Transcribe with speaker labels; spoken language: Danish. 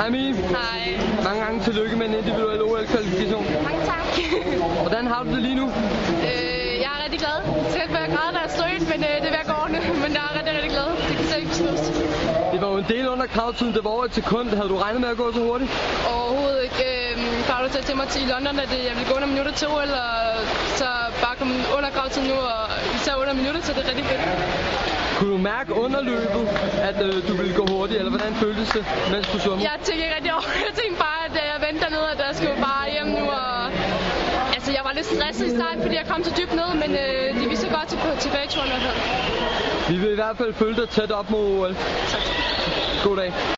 Speaker 1: Hamid,
Speaker 2: Hej.
Speaker 1: mange gange tillykke med en individuel OL-kvalifikation.
Speaker 2: Mange tak.
Speaker 1: Hvordan har du det lige nu?
Speaker 2: øh, jeg er rigtig glad. Selv for jeg græder, da jeg stod ind, men øh, det er ved at gå over nu. Men jeg er rigtig, rigtig glad. Det kan selv ikke besluttes.
Speaker 1: Det var jo en del under kravtiden, det var over et sekund. Havde du regnet med at gå så hurtigt?
Speaker 2: Overhovedet ikke. Øh, Paolo sagde til mig til i London, at øh, jeg ville gå under minutter til OL, og så bare komme under gravtiden nu, og især under minutter, så det er rigtig fedt.
Speaker 1: Kunne du mærke under løbet, at øh, du ville gå hurtigt, eller hvordan føltes det, mens du svømmede?
Speaker 2: Jeg tænkte ikke rigtig over. det. Jeg tænkte bare, at øh, jeg venter ned, at jeg skulle bare hjem nu, og Altså, jeg var lidt stresset i starten, fordi jeg kom så dybt ned, men øh, det viste sig godt til, på tilbageturen i hvert fald.
Speaker 1: Vi vil i hvert fald følge dig tæt op mod OL.
Speaker 2: Tak.
Speaker 1: God dag.